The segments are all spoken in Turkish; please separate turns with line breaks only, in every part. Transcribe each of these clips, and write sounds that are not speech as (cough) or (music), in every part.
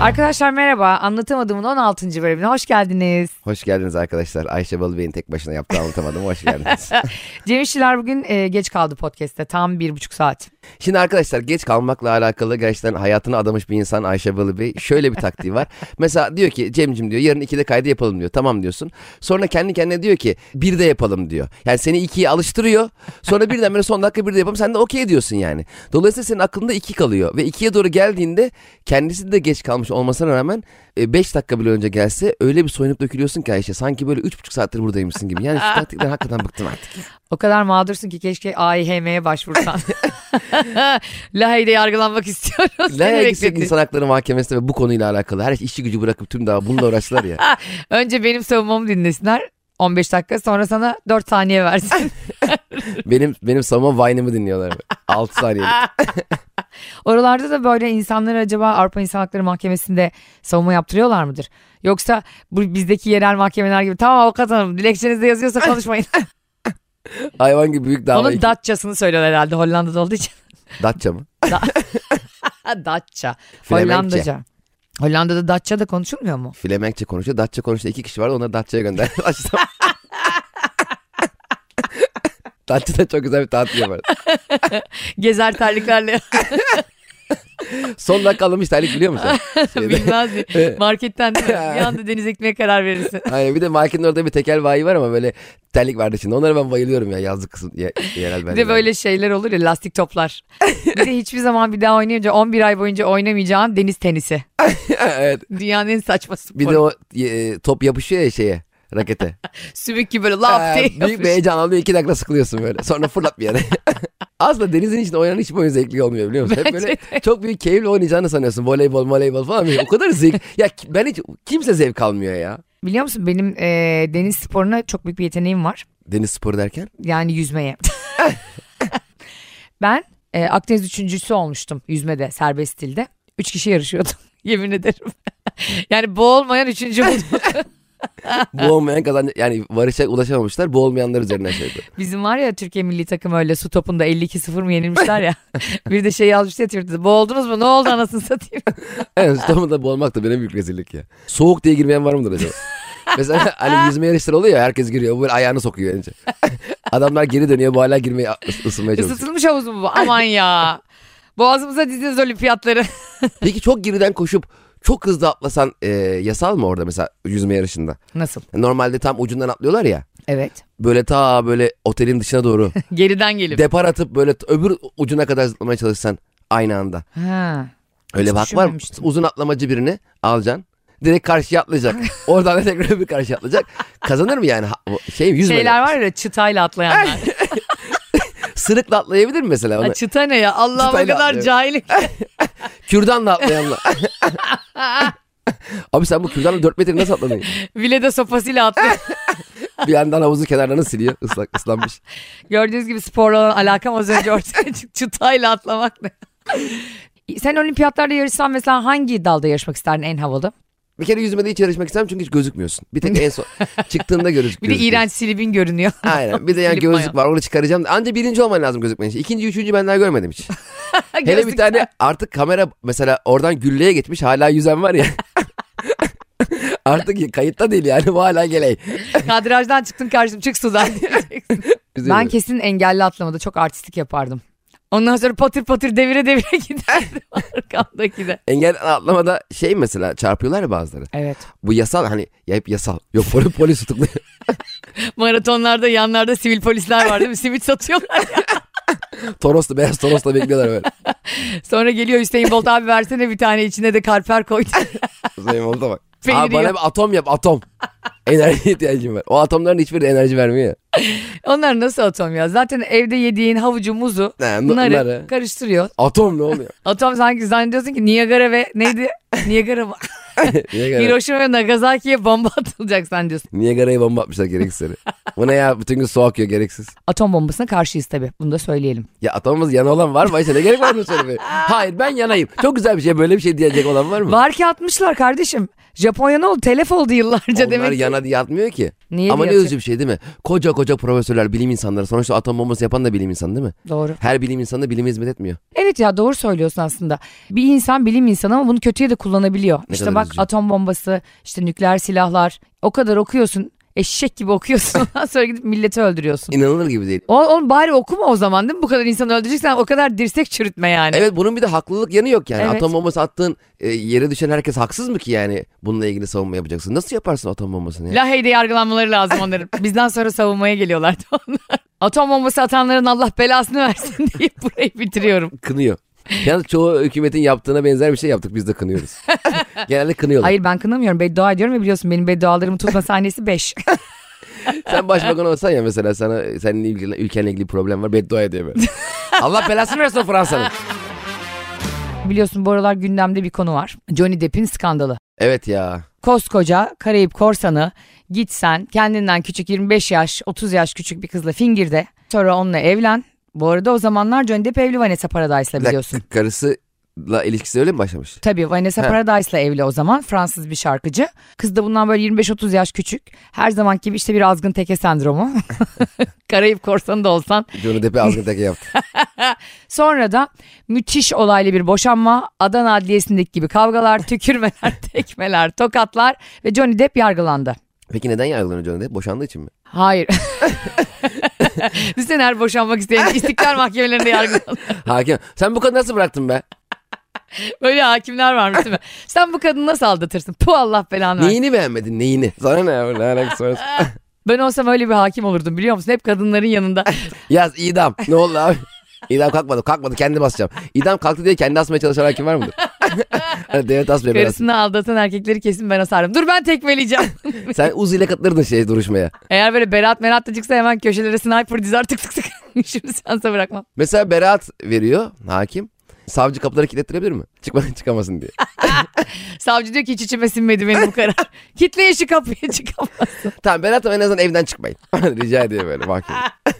Arkadaşlar merhaba. Anlatamadığımın 16. bölümüne hoş geldiniz.
Hoş geldiniz arkadaşlar. Ayşe Balıbey'in tek başına yaptığı anlatamadım. Hoş geldiniz.
Cem İşçiler bugün e, geç kaldı podcast'te. Tam bir buçuk saat.
Şimdi arkadaşlar geç kalmakla alakalı gerçekten hayatını adamış bir insan Ayşe Balıbey. Şöyle bir taktiği var. Mesela diyor ki Cem'cim diyor yarın 2'de kaydı yapalım diyor. Tamam diyorsun. Sonra kendi kendine diyor ki bir de yapalım diyor. Yani seni 2'ye alıştırıyor. Sonra birden böyle son dakika bir de yapalım. Sen de okey diyorsun yani. Dolayısıyla senin aklında 2 kalıyor. Ve 2'ye doğru geldiğinde kendisi de geç kalmış olmasına rağmen 5 dakika bile önce gelse öyle bir soyunup dökülüyorsun ki Ayşe. Sanki böyle 3,5 saattir buradaymışsın gibi. Yani şu taktikten hakikaten bıktım artık.
O kadar mağdursun ki keşke AİHM'ye başvursan. (laughs) Lahey'de yargılanmak istiyoruz.
Laya
Seni
Yüksek
bekletin.
İnsan Hakları Mahkemesi'nde ve bu konuyla alakalı her işi gücü bırakıp tüm daha bununla uğraştılar ya.
(laughs) Önce benim savunmamı dinlesinler. 15 dakika sonra sana 4 saniye versin.
benim benim savunma Vine'ımı dinliyorlar. 6 saniyelik.
Oralarda da böyle insanları acaba Avrupa İnsan Hakları Mahkemesi'nde savunma yaptırıyorlar mıdır? Yoksa bu bizdeki yerel mahkemeler gibi tamam avukat hanım dilekçenizde yazıyorsa konuşmayın.
Hayvan gibi büyük dava.
Onun Datça'sını söylüyorlar herhalde Hollanda'da olduğu için.
Datça mı?
Ha, Datça.
Flemenkçe.
Hollandaca. Hollanda'da Datça da konuşulmuyor mu?
Flemenkçe konuşuyor. Datça konuşuyor. iki kişi vardı. Onları Datça'ya gönder. (laughs)
(laughs)
Başladım. Datça'da çok güzel bir tatil yapar.
Gezer
(laughs)
terliklerle (laughs)
Son dakika alınmış terlik
(laughs)
biliyor musun? Şeyde.
bilmez mi? Marketten
(laughs)
değil mi? bir anda deniz ekmeğe karar verirsin.
Aynen bir de marketin orada bir tekel bayi var ama böyle terlik vardı şimdi. Onlara ben bayılıyorum ya yazlık kısım. Ye, yerel
Bir
beldelerde.
de böyle şeyler olur ya lastik toplar. Bir de hiçbir zaman bir daha oynayınca 11 ay boyunca oynamayacağın deniz tenisi.
(laughs) evet.
Dünyanın en saçma sporu.
Bir de o e, top yapışıyor ya şeye rakete.
Sümük gibi böyle laf
Ee,
diye
büyük bir heyecan alıyor. iki dakika sıkılıyorsun böyle. Sonra fırlat bir yere. (laughs) Aslında denizin içinde oynanan hiçbir oyun zevkli olmuyor biliyor musun? Hep
Bence
böyle çok büyük keyifle oynayacağını sanıyorsun. Voleybol, voleybol falan. O kadar zevk. ya ki- ben hiç kimse zevk almıyor ya.
Biliyor musun benim e, deniz sporuna çok büyük bir yeteneğim var.
Deniz sporu derken.
Yani yüzmeye. (laughs) ben e, Akdeniz üçüncüsü olmuştum yüzmede serbest stilde. Üç kişi yarışıyordum. (laughs) Yemin ederim. yani boğulmayan üçüncü buldum.
(laughs) Bu olmayan kazan yani varışa ulaşamamışlar. Bu olmayanlar üzerine şey yapıyor.
Bizim var ya Türkiye milli takımı öyle su topunda 52-0 mı yenilmişler
(laughs)
ya. bir de şey yazmıştı ya Twitter'da. Boğuldunuz mu? Ne oldu anasını
(laughs)
satayım.
En sonunda bu olmak da benim büyük rezillik ya. Soğuk diye girmeyen var mıdır acaba? Mesela (laughs) hani yüzme yarışları oluyor ya herkes giriyor. Bu böyle ayağını sokuyor önce. (laughs) Adamlar geri dönüyor bu hala girmeye ıs- ısınmaya çalışıyor.
Isıtılmış havuz mu bu? Aman ya. Boğazımıza dizdiniz olimpiyatları. (laughs)
Peki çok geriden koşup çok hızlı atlasan e, yasal mı orada mesela yüzme yarışında?
Nasıl?
Normalde tam ucundan atlıyorlar ya.
Evet.
Böyle ta böyle otelin dışına doğru
(laughs) Geriden gelip.
depar atıp böyle t- öbür ucuna kadar zıplamaya çalışsan aynı anda.
ha.
Öyle
Hiç
bir hak var mı?
düşünmemiştim.
Uzun atlamacı birini alacaksın. Direkt
(laughs)
karşıya atlayacak. Oradan da tekrar öbür karşıya atlayacak. Kazanır mı yani? Ha- bu Şey mi? Yüzme.
Şeyler var ya çıtayla
(laughs)
atlayanlar.
Sırıkla atlayabilir mi mesela? Onu?
Ha, çıta ne ya? Allah'ım o
Çıtayla
kadar
atlıyor. (laughs)
cahilim. (laughs)
Kürdanla atlayanla. Abi sen bu kürdanla 4 metre nasıl atladın?
Vilede sopasıyla atlıyor.
Bir yandan havuzu kenarlarını siliyor. Islak, ıslanmış.
Gördüğünüz gibi sporla olan alakam az önce ortaya çıktı. Çıtayla atlamak ne? Sen olimpiyatlarda yarışsan mesela hangi dalda yarışmak isterdin en havalı?
Bir kere yüzmede hiç yarışmak istemem çünkü hiç gözükmüyorsun. Bir tek
(laughs)
en son çıktığında görüş.
Bir de iğrenç silibin
(laughs)
görünüyor.
Aynen. Bir de yani
(laughs) Silip
gözlük var onu çıkaracağım. Anca birinci olman lazım gözükmen için. İkinci, üçüncü ben daha
(laughs)
görmedim hiç. Hele bir
Gözlük-
tane artık kamera mesela oradan gülleye gitmiş hala
(laughs)
yüzen var ya. artık kayıtta değil yani bu hala geley.
Kadrajdan çıktın karşım çık
(laughs)
sudan diyeceksin.
Üzülüyorum.
ben kesin engelli atlamada çok artistik yapardım. Ondan sonra patır patır devire devire (laughs) giderdim arkamdaki de.
Engel atlamada şey mesela çarpıyorlar ya bazıları.
Evet.
Bu yasal hani ya hep yasal. Yok polis, polis tutukluyor. (laughs)
Maratonlarda yanlarda sivil polisler var değil mi? Simit satıyorlar.
Toroslu beyaz torosla bekliyorlar böyle.
Sonra geliyor Hüseyin Bolt abi versene bir tane içine de karper (laughs) koydu.
Zeynep
(laughs)
oldu bak.
Peynir
Abi bana
yiyor.
bir atom yap
(laughs)
atom. Enerji ihtiyacım var. O atomların hiçbiri enerji vermiyor ya.
Onlar nasıl atom ya? Zaten evde yediğin havucu, muzu,
Ha, n-
bunları
narı.
karıştırıyor.
Atom
(laughs)
ne oluyor?
Atom sanki zannediyorsun ki Niagara ve
(laughs)
neydi? Niagara mı?
Niye gara?
Hiroşima ve Nagasaki'ye bomba (laughs) atılacak zannediyorsun.
Niye garayı bomba atmışlar gereksiz yere? Bu ne ya bütün gün su akıyor gereksiz.
Atom bombasına karşıyız tabii. Bunu da söyleyelim.
Ya atomumuz yana olan var mı Ayşe? Ne gerek var bunu söylemeye? Hayır ben yanayım. Çok güzel bir şey böyle bir şey diyecek olan var mı?
Var ki atmışlar kardeşim. Japonya ne oldu? Telef oldu yıllarca
Onlar
demek. ki.
yana yatmıyor ki.
Niye
Ama ne
diyor?
üzücü bir şey değil mi? Koca koca profesörler, bilim insanları. Sonuçta atom bombası yapan da bilim insanı değil mi?
Doğru.
Her bilim insanı da bilime hizmet etmiyor.
Evet ya doğru söylüyorsun aslında. Bir insan bilim insanı ama bunu kötüye de kullanabiliyor.
Ne
işte
kadar
bak
üzücü.
atom bombası, işte nükleer silahlar. O kadar okuyorsun. Eşek gibi
(laughs)
okuyorsun. Ondan sonra gidip milleti öldürüyorsun.
İnanılır gibi değil.
O, onu bari okuma o zaman değil mi? Bu kadar insanı öldüreceksen o kadar dirsek çürütme yani.
Evet bunun bir de haklılık yanı yok yani.
Evet.
Atom bombası attığın e, yere düşen herkes haksız mı ki yani bununla ilgili savunma yapacaksın? Nasıl yaparsın atom bombasını? ya?
Lahey'de yargılanmaları lazım onların. (laughs) Bizden sonra savunmaya geliyorlardı onlar. Atom bombası atanların Allah belasını versin (laughs) diye burayı bitiriyorum.
(laughs) Kınıyor. Yalnız çoğu hükümetin yaptığına benzer bir şey yaptık biz
(laughs)
de kınıyoruz. Genelde kınıyorlar.
Hayır ben kınamıyorum. Beddua ediyorum ve biliyorsun benim beddualarımı tutma sahnesi (laughs) 5.
Sen başbakan olsan ya mesela sana senin ilgili, ülkenle ilgili problem var beddua
(laughs)
ediyor böyle. Allah belasını versin o Fransa'nın.
biliyorsun bu aralar gündemde bir konu var. Johnny Depp'in skandalı.
Evet ya.
koskoca Karayip korsanı gitsen kendinden küçük 25 yaş 30 yaş küçük bir kızla fingirde sonra onunla evlen. Bu arada o zamanlar Johnny Depp evli Vanessa Paradise'la
Bir dakika,
biliyorsun.
Karısıyla ilişkisi öyle mi başlamış?
Tabii Vanessa
He.
Paradise'la evli o zaman Fransız bir şarkıcı. Kız da bundan böyle 25-30 yaş küçük. Her zamanki gibi işte bir azgın teke sendromu. (laughs) Karayip korsanı da olsan.
Johnny Depp'i azgın
(laughs)
teke yaptı.
Sonra da müthiş olaylı bir boşanma. Adana Adliyesi'ndeki gibi kavgalar, tükürmeler, tekmeler, tokatlar ve Johnny Depp yargılandı.
Peki neden yargılanıyor Johnny Depp? Boşandığı için mi?
Hayır. (laughs) Düşünsene her boşanmak isteyen istiklal mahkemelerinde yargılanıyor.
Hakim. Sen bu kadını nasıl bıraktın be?
Böyle hakimler varmış değil mi? Sen bu kadını nasıl aldatırsın? Puh Allah belanı versin.
Neyini beğenmedin neyini? Sana ne ya? Ne alakası var?
Ben olsam öyle bir hakim olurdum biliyor musun? Hep kadınların yanında.
Yaz idam. Ne oldu abi? İdam kalkmadı. Kalkmadı. Kendi basacağım. İdam kalktı diye kendi asmaya çalışan hakim var mıdır? Hani Devlet asmıyor biraz.
Karısını aldatan erkekleri kesin ben asarım. Dur ben
(laughs)
tekmeleyeceğim.
Sen Uzi ile katılırdın şey duruşmaya.
Eğer böyle Berat Merat da çıksa hemen köşelere sniper dizer tık tık (laughs) tık. Şimdi seansa bırakmam.
Mesela beraat veriyor hakim. Savcı kapıları kilitleyebilir mi? Çıkma, (laughs) çıkamasın diye.
Savcı diyor ki hiç içime sinmedi benim bu karar.
(laughs)
Kitleyin şu kapıyı çıkamam.
Tamam Berat Hanım en azından evden çıkmayın. (laughs) Rica ediyor böyle mahkeme.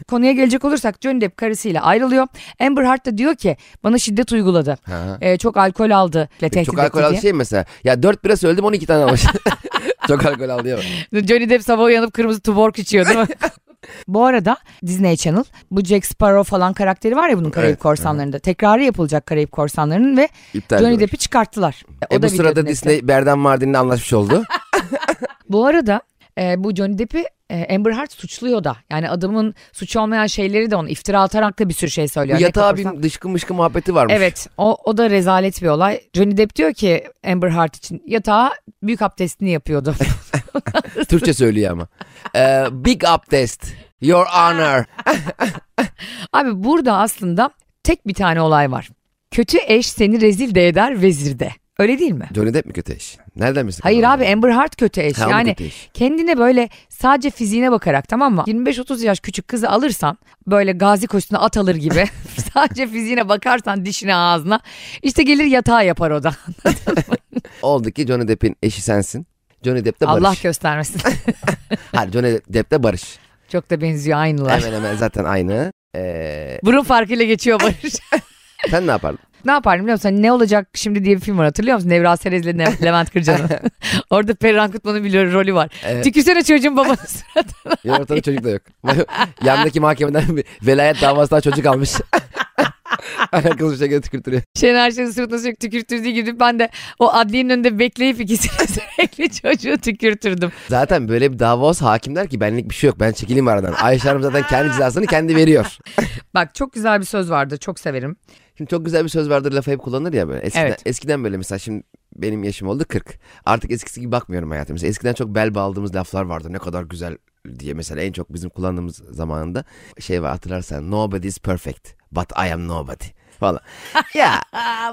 Konuya gelecek olursak Johnny Depp karısıyla ayrılıyor. Amber Heard da diyor ki bana şiddet uyguladı.
Ha.
Ee, çok alkol aldı. Ve tehdit
Çok
etti
alkol aldı
diye.
şey mesela. Ya dört bira söyledim 12 tane almış. (laughs) Çok alkol aldı ya.
(laughs) Johnny Depp sabah uyanıp kırmızı tuborg içiyor
(laughs)
değil mi? bu arada Disney Channel bu Jack Sparrow falan karakteri var ya bunun Karayip
Evet,
Korsanları'nda. Tekrarı yapılacak Karayip Korsanları'nın ve
İptal
Johnny
ediyorlar.
Depp'i çıkarttılar.
E, bu
da
sırada
videonun
Disney Berdan Mardin'le
(laughs)
anlaşmış oldu.
Bu arada e, bu Johnny Depp'i e, Amber Heard suçluyor da. Yani adamın suçu olmayan şeyleri de ona iftira atarak da bir sürü şey
bu
söylüyor. Ne
yatağa
kaparsan-
bir dışkı mışkı muhabbeti varmış.
Evet o, o da rezalet bir olay. Johnny Depp diyor ki Amber Heard için yatağa büyük abdestini
(laughs)
yapıyordu.
Türkçe söylüyor ama. Ee, big abdest. Your honor.
Abi burada aslında tek bir tane olay var. Kötü eş seni rezil de eder vezir de. Öyle değil mi?
Johnny Depp mi kötü eş? Nereden misin?
Hayır abi Amber Heard kötü eş.
Ha, o da
yani
kötü eş.
kendine böyle sadece fiziğine bakarak tamam mı? 25-30 yaş küçük kızı alırsan böyle gazi koşusuna at alır
(laughs)
gibi sadece fiziğine bakarsan dişine ağzına işte gelir yatağa yapar o da.
Oldu ki Johnny Depp'in eşi sensin. Johnny Depp de Barış.
Allah
(laughs)
göstermesin.
Hayır Johnny Depp de Barış.
Çok da benziyor aynılar.
Hemen hemen zaten aynı. Ee,
Burun farkıyla geçiyor Barış. (laughs)
sen ne yapardın?
ne yapardım biliyor musun? Hani Ne olacak şimdi diye bir film var hatırlıyor musun? Nevra Serez'le
(laughs)
Ne- Levent Kırcan'ın. (laughs) Orada Perihan Kutman'ın bir rolü var.
Evet.
Tükürsene çocuğun babası. (laughs)
Yok ortada çocuk da yok. (laughs) Yandaki mahkemeden bir velayet davasından çocuk almış. (laughs) Alakalı bir şey şekilde tükürtürüyor.
Şener Şen'in suratına sürekli tükürtürdüğü gibi ben de o adliyenin önünde bekleyip ikisini (laughs) sürekli çocuğu tükürtürdüm.
Zaten böyle bir dava olsa hakim der ki benlik bir şey yok ben çekileyim aradan. Ayşe Hanım zaten kendi cezasını kendi veriyor.
Bak çok güzel bir söz vardı çok severim.
Şimdi çok güzel bir söz vardır lafı hep kullanır ya böyle. Eskiden,
Evet.
eskiden böyle mesela şimdi benim yaşım oldu 40. Artık eskisi gibi bakmıyorum hayatım. Mesela eskiden çok bel bağladığımız laflar vardı. Ne kadar güzel diye mesela en çok bizim kullandığımız zamanında şey var hatırlarsan nobody is perfect but I am nobody
(laughs)
falan. ya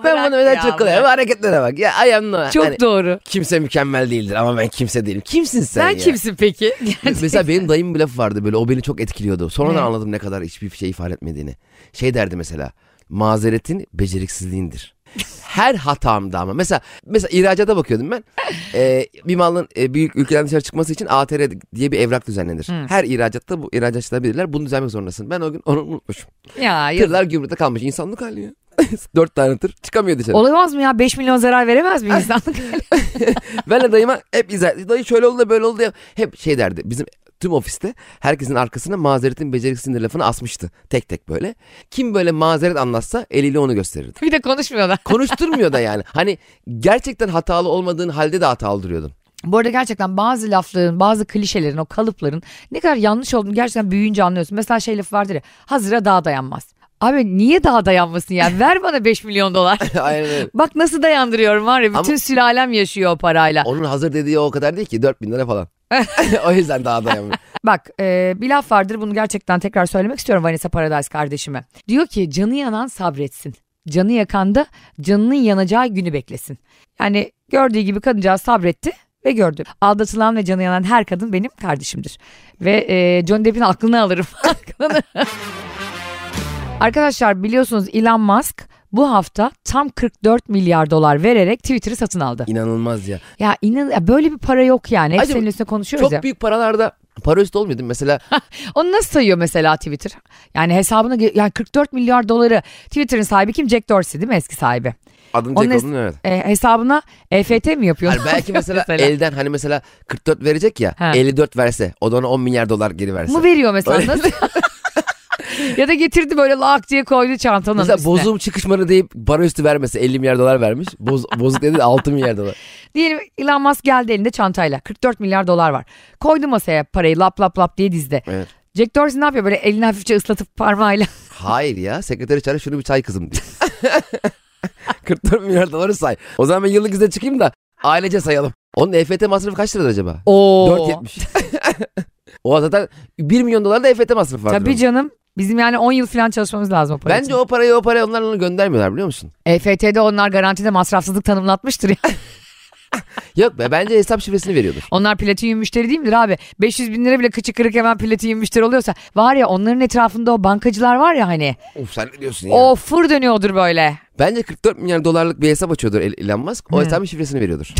ben bunu öyle çok kolay ama hareketlere bak. Ya I am nobody.
Çok
Hani
doğru.
kimse mükemmel değildir ama ben kimse değilim. Kimsin sen
Sen
ya?
kimsin peki? (laughs)
Mesela benim dayımın bir lafı vardı böyle o beni çok etkiliyordu. Sonradan
Ne?
anladım ne kadar hiçbir şey ifade etmediğini. Şey derdi mesela mazeretin
(laughs)
beceriksizliğindir. Her hatamda ama mesela mesela ihracata
(laughs)
bakıyordum ben. Ee, bir malın e, büyük ülkeden dışarı çıkması için ATR diye bir evrak düzenlenir.
Hmm.
Her ihracatta bu ihracatçılar bilirler bunu düzenlemek zorundasın. Ben o gün onu unutmuşum.
ya yazık.
Tırlar gümrükte kalmış insanlık hali ya. (laughs) Dört tane tır çıkamıyor dışarı.
Olamaz mı ya? 5 milyon zarar veremez mi
(laughs)
insanlık?
Ben de dayıma hep izah Dayı şöyle oldu da böyle oldu ya. Hep şey derdi. Bizim tüm ofiste herkesin arkasına mazeretin becerikli sinir lafını asmıştı. Tek tek böyle. Kim böyle mazeret anlatsa eliyle onu gösterirdi.
(laughs) bir de konuşmuyorlar.
Konuşturmuyor da yani. Hani gerçekten hatalı olmadığın halde de hatalı duruyordun.
Bu arada gerçekten bazı lafların, bazı klişelerin, o kalıpların ne kadar yanlış olduğunu gerçekten büyüyünce anlıyorsun. Mesela şey lafı vardır ya, hazıra daha dayanmaz. Abi niye daha dayanmasın ya? Ver bana 5 milyon
(laughs)
dolar.
(laughs) Aynen öyle.
Bak nasıl dayandırıyorum var ya bütün
Ama-
sülalem yaşıyor o parayla.
Onun hazır dediği o kadar değil ki 4000 lira (laughs) falan. o yüzden daha dayanmıyor.
Bak e, bir laf vardır bunu gerçekten tekrar söylemek istiyorum Vanessa Paradise kardeşime. Diyor ki canı yanan sabretsin. Canı yakan da canının yanacağı günü beklesin. Yani gördüğü gibi kadıncağız sabretti ve gördü. Aldatılan ve canı yanan her kadın benim kardeşimdir. Ve e, John Depp'in aklını alırım. (laughs) Aklını. Arkadaşlar biliyorsunuz Elon Musk bu hafta tam 44 milyar dolar vererek Twitter'ı satın aldı.
İnanılmaz ya.
Ya inan ya böyle bir para yok yani. Hep
Acaba-
senin üstüne konuşuyoruz
Çok
ya.
büyük paralarda para üstü olmuyor değil mi? Mesela
Onu nasıl sayıyor mesela Twitter? Yani hesabına ge- yani 44 milyar doları Twitter'ın sahibi kim? Jack Dorsey değil mi eski sahibi?
adını
Onun
Jack
es-
(laughs) olduğunu öğrendim.
E, hesabına EFT mi yapıyor?
Hani
(laughs)
belki mesela, elden hani mesela 44 verecek ya
Ha.
54 verse o da ona 10 milyar dolar geri verse.
Mu veriyor mesela
Öyle.
nasıl? (laughs) ya da getirdi böyle lak diye koydu çantanın
Mesela
üstüne.
bozum çıkışmanı deyip para üstü vermese 50 milyar dolar vermiş.
(laughs)
Boz, bozuk dedi de 6 milyar dolar.
Diyelim Elon Musk geldi elinde çantayla 44 milyar dolar var. Koydu masaya parayı lap lap lap diye dizdi.
Evet.
Jack Dorsey ne yapıyor böyle elini hafifçe ıslatıp
(laughs)
parmağıyla.
Hayır ya sekreteri çağır şunu bir çay kızım (laughs) diyor. 44 milyar doları say. O zaman ben yıllık izne çıkayım da ailece sayalım. Onun EFT masrafı kaç liradır acaba?
Oo.
4.70. (laughs) o zaten 1 milyon dolar da EFT masrafı var.
Tabii canım. Bizim yani 10 yıl falan çalışmamız lazım o para için.
Bence o parayı o parayı onlar ona göndermiyorlar biliyor musun?
EFT'de onlar garantide masrafsızlık tanımlatmıştır ya.
Yok be bence hesap şifresini veriyordur.
Onlar platinyum müşteri değil midir abi? 500 bin lira bile kıçı kırık hemen platinyum müşteri oluyorsa. Var ya onların etrafında o bankacılar var ya hani.
Of sen ne diyorsun
O fır dönüyordur böyle.
Bence 44 milyar dolarlık bir hesap açıyordur El- Elon Musk. O
Hı.
hesabın şifresini veriyordur.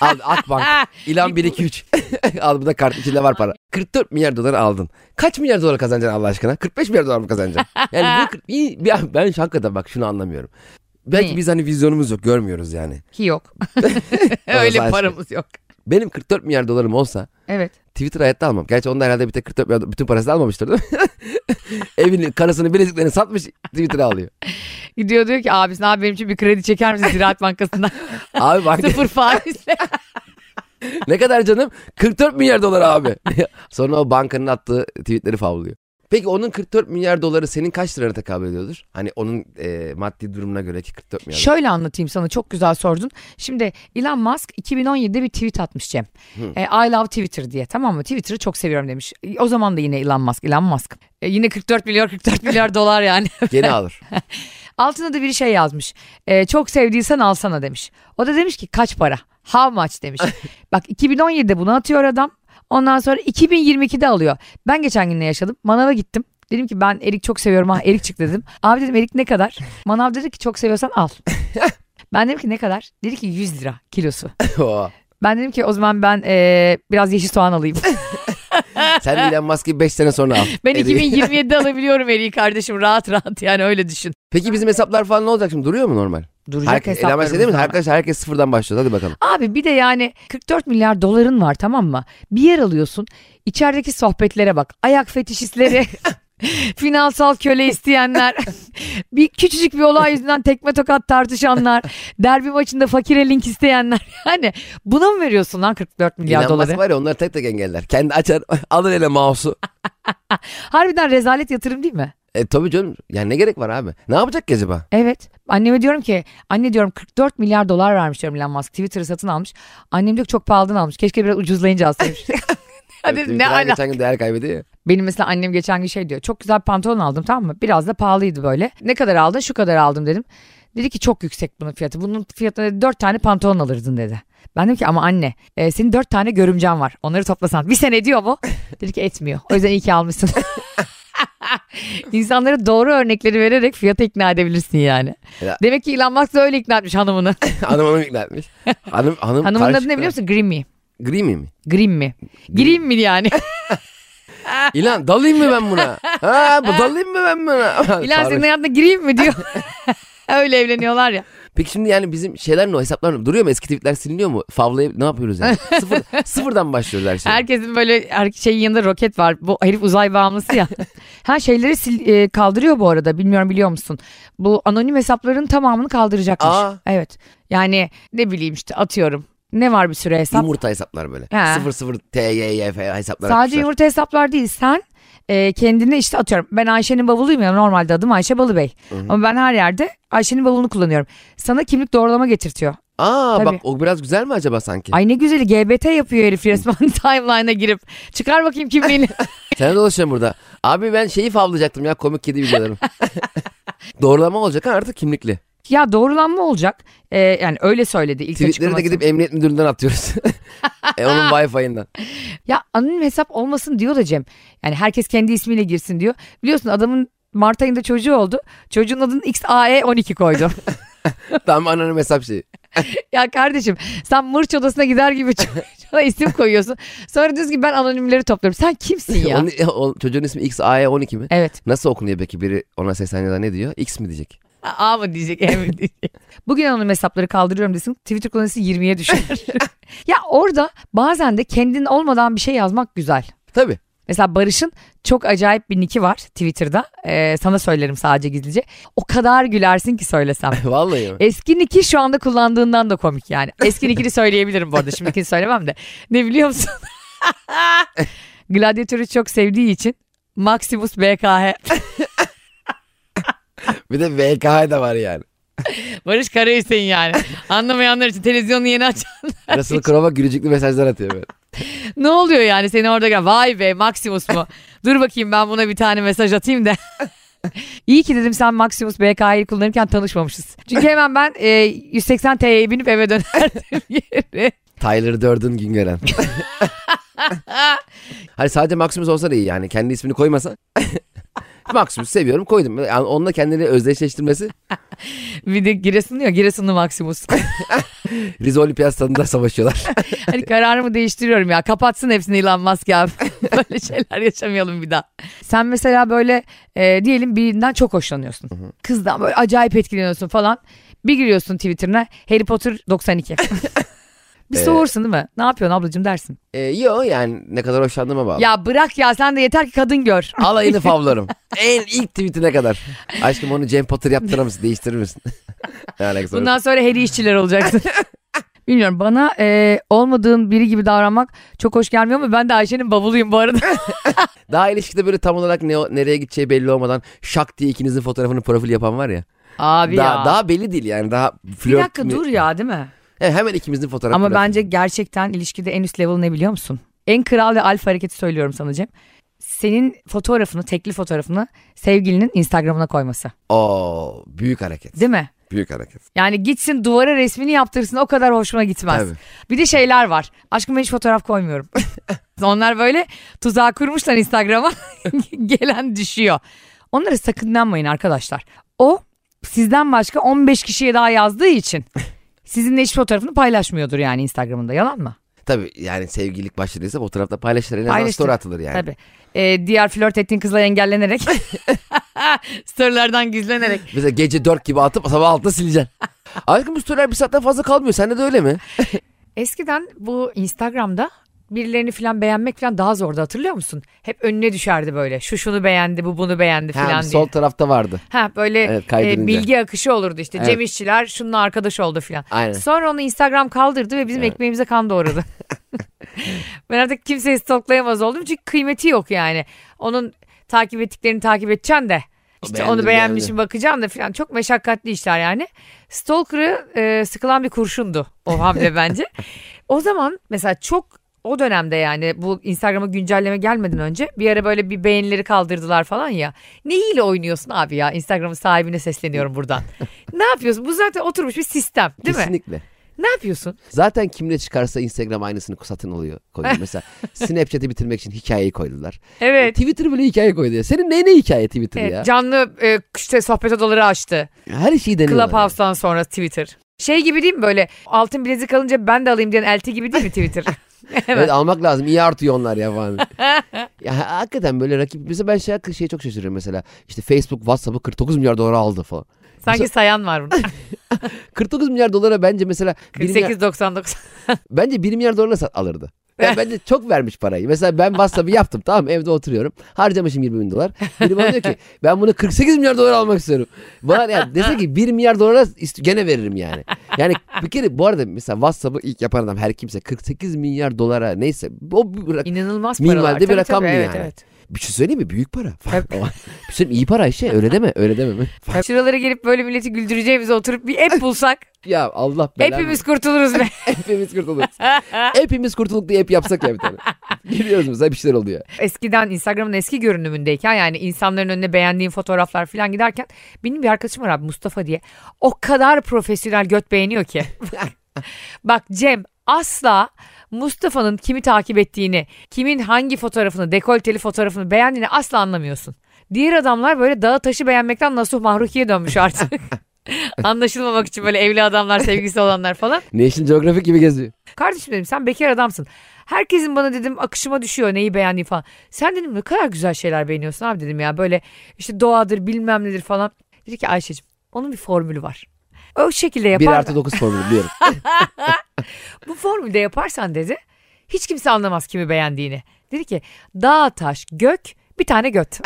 Al Akbank.
(laughs)
İlan 1 2 3. (laughs) Al bu da kart içinde var para. 44 milyar dolar aldın. Kaç milyar dolar kazanacaksın Allah aşkına? 45 milyar dolar mı kazanacaksın? Yani bu kırk- iyi- bir- ben şu hakikaten bak şunu anlamıyorum. Belki
Ne?
biz hani vizyonumuz yok görmüyoruz yani.
Ki yok.
Orası
Öyle
aşk.
paramız yok.
Benim 44 milyar dolarım olsa
Evet.
Twitter hayatta almam. Gerçi onda herhalde bir tek 44 milyar do- bütün parasını almamıştır değil mi? (laughs) Evini, karısını, bileziklerini satmış Twitter'a alıyor.
Gidiyor diyor ki abisine abi benim için bir kredi çeker misin Ziraat Bankası'ndan? (laughs)
Abi bak
Sıfır faizle.
ne kadar canım? 44 milyar
(laughs)
dolar abi. Sonra o bankanın attığı tweetleri favlıyor. Peki onun 44 milyar doları senin kaç lirana tekabül ediyordur? Hani onun e, maddi durumuna göre ki 44 milyar.
Şöyle anlatayım sana çok güzel sordun. Şimdi Elon Musk 2017'de bir tweet atmış Cem. E, I love Twitter diye tamam mı? Twitter'ı çok seviyorum demiş. E, O zaman da yine Elon Musk, Elon Musk. E, yine 44 milyar 44 milyar dolar yani.
Gene
(laughs)
alır. (laughs)
Altına da biri şey yazmış. E, çok sevdiysen alsana demiş. O da demiş ki kaç para? How much
(laughs)
demiş. Bak 2017'de bunu atıyor adam. Ondan sonra 2022'de alıyor. Ben geçen gün ne yaşadım? Manava gittim. Dedim ki ben erik çok seviyorum ha erik çık
(laughs)
dedim. Abi dedim erik ne kadar? Manav dedi ki çok seviyorsan al. ben dedim ki ne kadar? Dedi ki 100 lira kilosu.
Oo.
Ben dedim ki o zaman ben e, biraz yeşil soğan
(laughs)
alayım.
Sen de Elon Musk'ı 5 sene sonra al.
Ben
Eriği.
2027'de alabiliyorum eriği kardeşim rahat rahat yani öyle düşün.
Peki bizim hesaplar falan ne olacak şimdi? Duruyor mu normal?
Duracak
Herkes, Elon Musk
hesaplarımız
değil mi?
var.
Arkadaşlar herkes sıfırdan başlıyor. Hadi bakalım.
Abi bir de yani 44 milyar doların var tamam mı? Bir yer alıyorsun. içerideki sohbetlere bak. Ayak fetişistleri, (laughs) finansal köle isteyenler, (laughs) bir küçücük bir olay yüzünden tekme tokat tartışanlar, derbi maçında fakire link isteyenler. (laughs) Yani buna mı veriyorsun lan 44 milyar
Elon
doları?
Musk var ya onları tek tek engeller. Kendi açar (laughs) alır ele mouse'u.
Harbiden rezalet yatırım değil mi?
E tabii canım. Yani ne gerek var abi? Ne yapacak ki acaba?
Evet. Anneme diyorum ki anne diyorum 44 milyar dolar vermiş diyorum Elon Musk. Twitter'ı satın almış. Annem diyor ki çok pahalıdan almış. Keşke biraz ucuzlayınca alsaymış. Ya dedim, ne
Twitter'dan
alaka?
Geçen gün değer kaybediyor ya.
Benim mesela annem geçen gün şey diyor. Çok güzel pantolon aldım tamam mı? Biraz da pahalıydı böyle. Ne kadar aldın? Şu kadar aldım dedim. Dedi ki çok yüksek bunun fiyatı. Bunun fiyatına dedi, dört tane pantolon alırdın dedi. Ben dedim ki ama anne e, senin dört tane görümcen var. Onları toplasan bir sene ediyor
(laughs)
mu? Dedi ki etmiyor. O yüzden iyi ki almışsın. (laughs) İnsanlara doğru örnekleri vererek fiyata ikna edebilirsin yani.
Ya.
Demek ki Elon Musk da öyle ikna etmiş hanımını.
Hanım onu
(laughs)
ikna etmiş. Hanım, hanım
Hanımın adı
karışık
ne biliyor
da.
musun? Grimmy.
Gri mi mi?
Grimmy. Grimmy
(laughs)
yani. Ah.
İlan dalayım mı ben buna? Ha bu dalayım mı ben buna?
(laughs) İlan
Sarhoş. (laughs)
senin hayatına gireyim mi diyor. (laughs) Öyle evleniyorlar ya.
Peki şimdi yani bizim şeyler ne o hesaplar ne? Duruyor mu eski tweetler siliniyor mu? Favlayıp ne yapıyoruz
(laughs)
yani? Sıfır, sıfırdan başlıyoruz her şey. şeye.
Herkesin böyle her şeyin yanında roket var. Bu herif uzay bağımlısı
(laughs)
ya. ha şeyleri sil- e, kaldırıyor bu arada. Bilmiyorum biliyor musun? Bu anonim hesapların tamamını kaldıracakmış.
Aa.
Evet. Yani ne bileyim işte atıyorum. Ne var bir süre hesap?
Yumurta hesaplar böyle.
He.
Sıfır sıfır T, Y, Y F hesaplar.
Sadece
atmışlar.
yumurta hesaplar değil sen e, kendini işte atıyorum ben Ayşe'nin bavuluyum ya normalde adım Ayşe Balıbey ama ben her yerde Ayşe'nin bavulunu kullanıyorum sana kimlik doğrulama getirtiyor
Aa
Tabii.
bak o biraz güzel mi acaba sanki?
ay ne güzeli GBT yapıyor herif resmen (laughs) timeline'a girip çıkar bakayım kimliğini
Sen dolaşıyorsun burada. Abi ben şeyi favlayacaktım ya komik
(laughs)
kedi videolarım. Doğrulama olacak ha artık kimlikli.
ya doğrulanma olacak E, yani öyle söyledi ilk
Tweetleri de
açıklaması
gidip emniyet müdüründen atıyoruz. (laughs) e, onun
(laughs)
Wi-Fi'inden.
ya anonim hesap olmasın diyor da Cem yani herkes kendi ismiyle girsin diyor biliyorsun adamın Mart ayında çocuğu oldu çocuğun adını E XAE12 (laughs) koydu
Tam anonim hesap şeyi.
Ya kardeşim sen mırç odasına gider gibi (laughs) çocuğa isim koyuyorsun. Sonra diyorsun ki ben anonimleri topluyorum. Sen (laughs) kimsin ya?
Onun- o- çocuğun ismi XAE12 mi?
evet.
Nasıl okunuyor peki biri ona seslendiğinde ne diyor? X mi diyecek?
A mı diyecek, E mi diyecek? (laughs) Bugün anonim hesapları kaldırıyorum desin. Twitter kullanıcısı 20'ye (laughs) düşer. ya orada bazen de kendin olmadan bir şey yazmak güzel.
Tabii.
Mesela Barış'ın çok acayip bir niki var Twitter'da. Ee, sana söylerim sadece gizlice. O kadar gülersin ki (laughs) söylesem.
(laughs) Vallahi.
Eski Nick'i şu anda kullandığından da komik yani. Eski (laughs) Nick'ini söyleyebilirim bu arada. Şimdikini söylemem de. Ne biliyor (laughs) musun? Gladyatörü çok sevdiği için Maximus BKH.
bir de VKH da var yani.
Barış Karahüseyin (laughs) yani. Anlamayanlar için televizyonu yeni aç.
Russell Crowe'a gülücüklü mesajlar atıyor böyle.
ne oluyor yani seni orada gör. Vay be Maximus mu? Dur bakayım ben buna bir tane mesaj atayım da. İyi ki dedim sen Maximus BK'yı kullanırken tanışmamışız. Çünkü hemen ben e, 180 TL'ye binip eve dönerdim (laughs) geri.
Tyler Durden Güngören. (laughs) hani sadece Maximus olsa da iyi yani. Kendi ismini koymasa. (laughs) Maximus seviyorum koydum. Yani onunla kendini özdeşleştirmesi
Bir de Giresunlu ya Giresunlu Maximus.
Rize Olimpiyat Stadı'nda savaşıyorlar.
Hani kararımı değiştiriyorum ya. Kapatsın hepsini Elon Musk ya. (laughs) böyle şeyler yaşamayalım bir daha. Sen mesela böyle e, diyelim birinden çok hoşlanıyorsun. Kızdan böyle acayip etkileniyorsun falan. Bir giriyorsun Twitter'ına Harry Potter
(laughs)
92. bir
Ee,
soğursun değil mi? Ne yapıyorsun ablacığım dersin.
Ee, yo yani ne kadar hoşlandığıma bağlı.
Ya bırak ya sen de yeter ki kadın gör.
(laughs) Alayını favlarım. en ilk tweetine kadar. Aşkım onu Cem Potter yaptırır mısın? Değiştirir misin? (laughs) ne alakası var?
Bundan sonra Harry işçiler
(laughs)
olacaksın. Bilmiyorum bana e, olmadığın biri gibi davranmak çok hoş gelmiyor ama ben de Ayşe'nin bavuluyum bu arada.
Daha ilişkide böyle tam olarak ne, nereye gideceği belli olmadan şak diye ikinizin fotoğrafını profil yapan var ya.
Abi
(laughs) daha,
ya.
daha belli değil yani. Daha flört
bir dakika
mi-
dur ya değil mi?
He, hemen ikimizin fotoğrafı.
Ama bence gerçekten ilişkide en üst level ne biliyor musun? En kral ve alfa hareketi söylüyorum sana Cem. Senin fotoğrafını, tekli fotoğrafını sevgilinin Instagram'ına koyması.
Oo, büyük hareket.
Değil mi?
Büyük hareket.
Yani gitsin duvara resmini yaptırsın o kadar hoşuma gitmez.
Tabii.
Bir de şeyler var. Aşkım ben hiç fotoğraf koymuyorum. (laughs) Onlar böyle tuzağa kurmuşlar Instagram'a. (laughs) Gelen düşüyor. Onlara sakınlanmayın arkadaşlar. O sizden başka 15 kişiye daha yazdığı için sizinle hiç fotoğrafını paylaşmıyordur yani Instagram'ında yalan mı?
Tabii yani sevgililik başladıysa fotoğrafta paylaşılır. En azından
Paylaşılır.
story atılır yani.
Tabii. Ee, diğer flört ettiğin kızla (laughs) engellenerek. Storylerden gizlenerek.
Mesela gece 4 gibi atıp sabah 6'da
(laughs)
sileceksin. Aşkım bu storyler bir saatten fazla kalmıyor. Sende de öyle mi?
Eskiden bu Instagram'da birilerini falan beğenmek falan daha zordu hatırlıyor musun? Hep önüne düşerdi böyle. Şu şunu beğendi, bu bunu beğendi
Ha,
falan diye.
sol tarafta vardı.
Ha böyle
Evet, kaydırınca.
e, bilgi akışı olurdu işte.
Evet.
Cem İşçiler şununla arkadaş oldu falan.
Aynen.
Sonra onu Instagram kaldırdı ve bizim ekmeğimize kan
(laughs)
doğradı. ben artık kimseyi stoklayamaz oldum çünkü kıymeti yok yani. Onun takip ettiklerini takip edeceksin de. İşte
Beğendim,
onu beğenmişim
beğendim.
bakacağım da falan. Çok meşakkatli işler yani. Stalker'ı e, sıkılan bir kurşundu o
(laughs)
hamle bence. O zaman mesela çok o dönemde yani bu Instagram'a güncelleme gelmeden önce bir ara böyle bir beğenileri kaldırdılar falan ya. Ne ile oynuyorsun abi ya? Instagram'ın sahibine sesleniyorum (laughs) buradan. ne yapıyorsun? Bu zaten oturmuş bir sistem değil mi?
Kesinlikle.
Ne yapıyorsun?
Zaten kimle çıkarsa Instagram aynısını satın alıyor.
(laughs)
Koyuyor. Mesela Snapchat'i bitirmek için hikayeyi koydular.
Evet.
Twitter bile E, hikaye koydu ya. Senin neyine hikaye Twitter
Evet,
ya?
canlı e, işte sohbet odaları açtı.
Her şeyi deniyorlar.
Clubhouse'dan sonra Twitter. Şey gibi değil mi böyle altın bilezik alınca ben de alayım diyen elti gibi değil mi (laughs) Twitter?
Evet. almak lazım. İyi artıyor onlar ya
(laughs)
falan. ya ha- şey hakikaten böyle rakip. Mesela ben şey, şeye çok şaşırıyorum mesela. İşte Facebook, WhatsApp'ı 49 milyar dolara aldı falan.
Sanki sayan var burada.
49 milyar dolara bence mesela bir milyar,
48.99.
bence 1 milyar dolara sat- alırdı. Yani bence
(laughs)
çok vermiş parayı. Mesela ben WhatsApp'ı yaptım tamam mı? evde oturuyorum. Harcamışım 20 bin dolar. Biri
(laughs)
bana diyor ki ben bunu 48 milyar dolar almak istiyorum. Bana yani dese ki 1 milyar dolara ist- gene veririm yani. Yani bir kere bu arada mesela WhatsApp'ı ilk yapan adam her kimse 48 milyar dolara neyse o bir rak-
İnanılmaz paralar.
Minimalde bir
Tabii,
rakam
tabii,
mı
evet,
yani?
Evet.
bir şey söyleyeyim mi? Büyük para. (laughs)
Tabii.
bir şey söyleyeyim mi? iyi para Ayşe öyle deme öyle deme. (laughs)
Şuralara gelip böyle milleti güldüreceğimize oturup bir (laughs) app bulsak
Ya Allah belanı.
hepimiz kurtuluruz be.
Hepimiz kurtuluruz. Hepimiz kurtulduk diye hep yapsak ya
(laughs)
bir tane. Giriyoruz mesela bir şeyler oluyor.
(laughs) Eskiden Instagram'ın eski görünümündeyken yani insanların önüne beğendiğim fotoğraflar falan giderken benim bir arkadaşım var abi Mustafa diye. O kadar profesyonel göt beğeniyor ki. (laughs) Bak Cem asla Mustafa'nın kimi takip ettiğini, kimin hangi fotoğrafını, dekolteli fotoğrafını beğendiğini asla anlamıyorsun. Diğer adamlar böyle dağı taşı beğenmekten nasuh mahrukiye dönmüş artık. (laughs) Anlaşılmamak için böyle evli adamlar, sevgilisi olanlar falan.
National Geographic gibi geziyor.
Kardeşim dedim sen bekar adamsın. Herkesin bana dedim akışıma düşüyor neyi beğendiği falan. Sen dedim ne kadar güzel şeyler beğeniyorsun abi dedim ya böyle işte doğadır bilmem nedir falan. Dedi ki Ayşe'cim onun bir formülü var. O şekilde
1
yapar.
artı 9 formülü biliyorum.
Bu formülde yaparsan dedi hiç kimse anlamaz kimi beğendiğini. Dedi ki dağ taş gök bir tane
(laughs)
göt.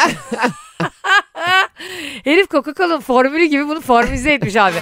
Herif Coca-Cola'nın formülü gibi bunu formülize etmiş abi.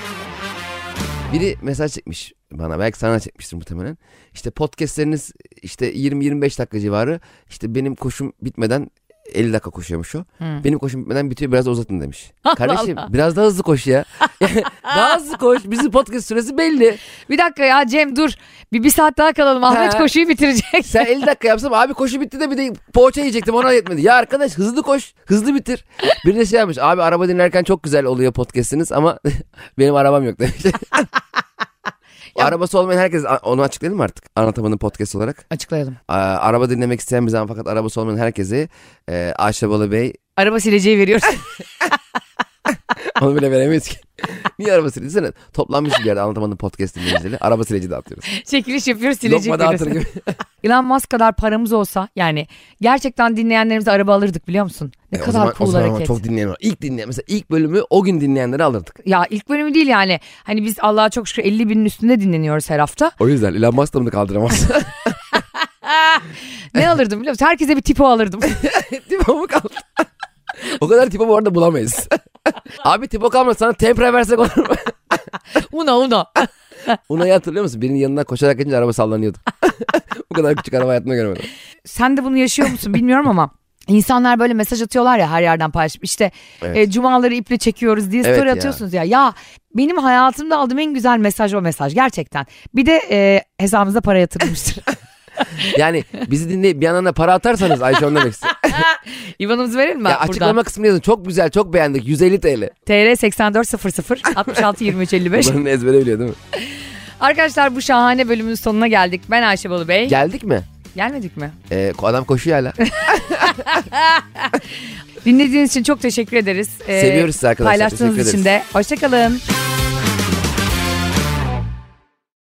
Biri mesaj çekmiş bana belki sana çekmiştir muhtemelen. İşte podcastleriniz işte 20-25 dakika civarı işte benim koşum bitmeden 50 dakika koşuyormuş o. Benim koşum bitmeden bitiyor biraz da uzatın demiş. Kardeşim biraz daha hızlı koş ya. (laughs) daha hızlı koş bizim podcast süresi belli.
Bir dakika ya Cem dur bir, bir saat daha kalalım Ahmet
Ha.
koşuyu bitirecek.
Sen 50 dakika yapsam abi koşu bitti de bir de poğaça yiyecektim ona yetmedi. Ya arkadaş hızlı koş hızlı bitir. Bir de şey yapmış abi araba dinlerken çok güzel oluyor podcastiniz ama (laughs) benim arabam yok demiş. Arabası olmayan herkes onu açıklayalım mı artık anlatamadığım podcast olarak.
Açıklayalım.
Aa, Araba dinlemek isteyen bir zaman fakat arabası olmayan herkese e, Ayşe Balı Bey
Araba sileceği veriyoruz.
onu bile veremeyiz ki. (laughs) Niye araba sileci? Sen toplanmış bir yerde anlatamadığım podcast dinleyicileri araba sileci dağıtıyoruz.
Çekiliş yapıyoruz silecek
Lokma dağıtır
veriyoruz.
gibi.
Elon Musk kadar paramız olsa yani gerçekten dinleyenlerimize araba alırdık biliyor musun? Ne
E, o
kadar
zaman, o
cool
zaman ama
hareket.
çok dinleyen var. İlk dinleyen mesela ilk bölümü o gün dinleyenleri alırdık.
Ya ilk bölümü değil yani. Hani biz Allah'a çok şükür 50 binin üstünde dinleniyoruz her hafta.
O yüzden Elon Musk da bunu (laughs) kaldıramaz.
Ne alırdım biliyor musun? Herkese bir tipo
(laughs)
alırdım.
tipo mu kaldı? o kadar tipo bu arada bulamayız. Abi tipo kalmadı sana tempra versek olur (laughs) mu?
Uno uno.
Una'yı hatırlıyor musun? Birinin yanına koşarak geçince araba (laughs) sallanıyordu. bu kadar küçük araba hayatımda görmedim.
Sen de bunu yaşıyor musun bilmiyorum ama. İnsanlar böyle mesaj atıyorlar ya her yerden paylaşıp işte
Evet.
e, cumaları iple çekiyoruz diye
Evet
story
ya.
atıyorsunuz ya. Ya benim hayatımda aldığım en güzel mesaj o mesaj gerçekten. Bir de e, hesabımıza para
(laughs)
yatırılmıştır.
Yani bizi dinleyip bir yandan da para atarsanız Ayşe onu demek istiyor.
İvanımızı verir mi?
Ya açıklama kısmını yazın. Çok güzel, çok beğendik. 150 (laughs) TL.
TR
(laughs)
8400 66 23 55.
Bunların ezbere biliyor değil mi?
Arkadaşlar bu şahane bölümün sonuna geldik. Ben Ayşe Balı Bey.
Geldik mi?
Gelmedik mi?
Ee, adam koşuyor hala.
Dinlediğiniz için çok teşekkür ederiz. Ee,
Seviyoruz sizi arkadaşlar.
Paylaştığınız
Teşekkür
için de. Hoşçakalın.